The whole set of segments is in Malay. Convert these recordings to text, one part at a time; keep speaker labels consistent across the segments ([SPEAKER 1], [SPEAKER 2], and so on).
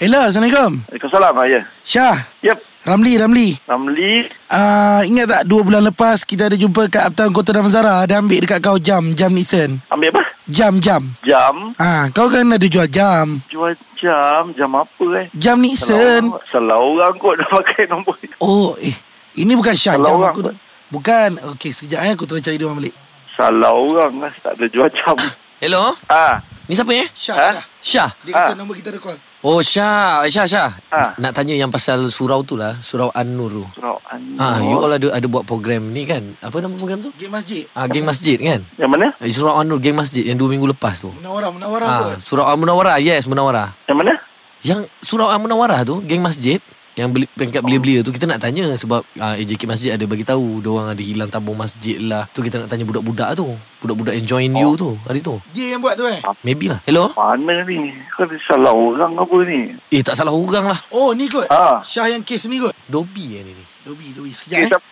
[SPEAKER 1] Ella, Assalamualaikum.
[SPEAKER 2] Waalaikumsalam ah, ya.
[SPEAKER 1] Syah.
[SPEAKER 2] Yep.
[SPEAKER 1] Ramli, Ramli.
[SPEAKER 2] Ramli
[SPEAKER 1] Uh, ingat tak dua bulan lepas kita ada jumpa kat Aptan Kota Damansara Ada ambil dekat kau jam, jam Nixon
[SPEAKER 2] ambil apa?
[SPEAKER 1] Jam, jam
[SPEAKER 2] Jam.
[SPEAKER 1] Ah, Kau kan ada jual jam
[SPEAKER 2] Jual jam. Jam apa eh?
[SPEAKER 1] Jam Nixon
[SPEAKER 2] Salah, salah orang kot dah pakai nombor ni.
[SPEAKER 1] Oh, eh Ini bukan Syah
[SPEAKER 2] Salah
[SPEAKER 1] jam
[SPEAKER 2] orang
[SPEAKER 1] aku
[SPEAKER 2] kot.
[SPEAKER 1] Bukan Okey, sekejap eh Aku try cari dia orang balik
[SPEAKER 2] Salah orang lah. Tak ada jual jam.
[SPEAKER 3] Hello?
[SPEAKER 2] Ha.
[SPEAKER 3] Ni siapa eh?
[SPEAKER 1] Syah,
[SPEAKER 2] Ha?
[SPEAKER 1] Syah
[SPEAKER 3] Syah.
[SPEAKER 1] Dia kata
[SPEAKER 2] Ah.
[SPEAKER 1] nombor kita ada call
[SPEAKER 3] Oh, Syah. Syah, Syah.
[SPEAKER 2] Ha.
[SPEAKER 3] Nak tanya yang pasal surau tu lah. Surau An-Nur tu.
[SPEAKER 2] Surau
[SPEAKER 3] Ha, you
[SPEAKER 2] An-Nur.
[SPEAKER 3] all ada ada buat program ni kan? Apa nama program tu?
[SPEAKER 1] Gate masjid
[SPEAKER 3] Ah, geng masjid kan?
[SPEAKER 2] Yang mana?
[SPEAKER 3] Eh, Surau An-Nur geng masjid yang dua minggu lepas tu.
[SPEAKER 1] Munawarah, munawarah
[SPEAKER 3] Ah,
[SPEAKER 1] pun
[SPEAKER 3] surau Al-Munawarah. Yes, Munawarah.
[SPEAKER 2] Yang mana?
[SPEAKER 3] Yang surau Al-Munawarah tu, geng masjid yang beli yang kat belia-belia tu kita nak tanya sebab uh, AJK Masjid ada bagi tahu dia orang ada hilang tambung masjid lah. Tu kita nak tanya budak-budak tu. Budak-budak yang join you tu hari tu.
[SPEAKER 1] Dia yang buat tu eh
[SPEAKER 3] Maybe lah. Hello?
[SPEAKER 2] Mana ni? Kau ada salah orang apa ni?
[SPEAKER 3] Eh tak salah orang lah.
[SPEAKER 1] Oh, ni kot
[SPEAKER 2] Ah.
[SPEAKER 1] Syah yang kes ni kot
[SPEAKER 3] Dobi yang ni.
[SPEAKER 1] Dobi, Dobi
[SPEAKER 2] Eh,
[SPEAKER 1] Sekejap eh
[SPEAKER 2] tak-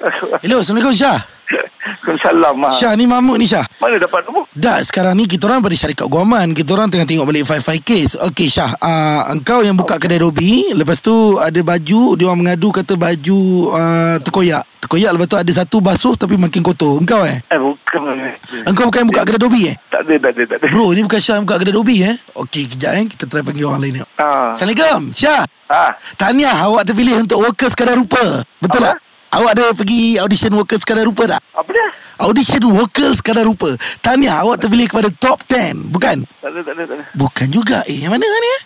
[SPEAKER 1] Hello, Assalamualaikum Syah
[SPEAKER 2] Ha. Kau salam ah.
[SPEAKER 1] Syah ni Mahmud ni Syah
[SPEAKER 2] Mana dapat nombor?
[SPEAKER 1] Dah sekarang ni kita orang pada syarikat guaman Kita orang tengah tengok balik file-file case Okey Syah uh, Engkau yang buka kedai Dobi Lepas tu ada baju Dia orang mengadu kata baju uh, terkoyak Terkoyak lepas tu ada satu basuh tapi makin kotor Engkau eh
[SPEAKER 2] Eh, bukan.
[SPEAKER 1] Engkau bukan yang buka kedai Dobi eh
[SPEAKER 2] Tak ada, tak ada, tak ada.
[SPEAKER 1] Bro ni bukan Syah yang buka kedai Dobi eh Okey kejap eh Kita try panggil orang lain ni
[SPEAKER 2] Ha.
[SPEAKER 1] Assalamualaikum Syah
[SPEAKER 2] Ha.
[SPEAKER 1] Tahniah awak terpilih untuk workers kadar rupa Betul tak?
[SPEAKER 2] Apa?
[SPEAKER 1] Awak ada pergi audition workers kadar rupa tak?
[SPEAKER 2] Apa dia?
[SPEAKER 1] Audition workers kadar rupa Tahniah awak terpilih kepada top 10 Bukan?
[SPEAKER 2] Tak ada, tak ada, tak ada.
[SPEAKER 1] Bukan juga Eh yang mana ni eh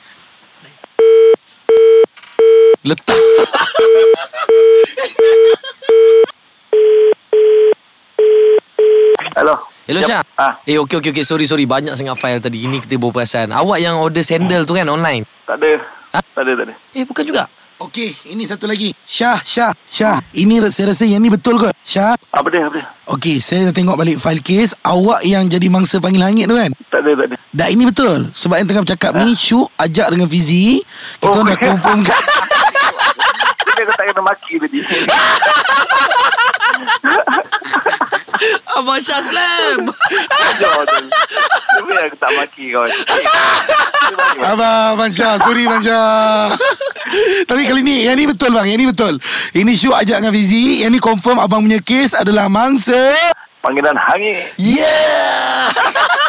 [SPEAKER 3] Letak.
[SPEAKER 2] Hello.
[SPEAKER 3] Hello
[SPEAKER 2] Yap.
[SPEAKER 3] Syah.
[SPEAKER 2] Ah,
[SPEAKER 3] Eh okey okey okey sorry sorry banyak sangat file tadi ini kita baru perasan. Awak yang order sandal tu kan online.
[SPEAKER 2] tak ada.
[SPEAKER 3] Ha?
[SPEAKER 2] Tak ada, tak ada.
[SPEAKER 3] Eh bukan juga.
[SPEAKER 1] Okey, ini satu lagi. Syah, Syah, Syah. Ini saya rasa yang ni betul kot. Syah.
[SPEAKER 2] Apa dia, apa dia?
[SPEAKER 1] Okey, saya dah tengok balik file kes. Awak yang jadi mangsa panggil langit tu kan?
[SPEAKER 2] Tak ada, tak ada.
[SPEAKER 1] Dah ini betul. Sebab yang tengah bercakap ni, Syuk ajak dengan Fizi. Kita
[SPEAKER 2] Oh.
[SPEAKER 1] dah confirmkan.
[SPEAKER 2] Dia kata kena maki tadi.
[SPEAKER 3] Abang Syah Slam.
[SPEAKER 2] Jauh tu. Cuba aku tak maki kau.
[SPEAKER 1] Abang, Abang Syah. Sorry, Abang Syah. Tapi kali ni, yang ni betul bang. Yang ni betul. Ini Syuk ajak dengan Fizi. Yang ni confirm abang punya kes adalah mangsa.
[SPEAKER 2] Panggilan hangi.
[SPEAKER 1] Yeah!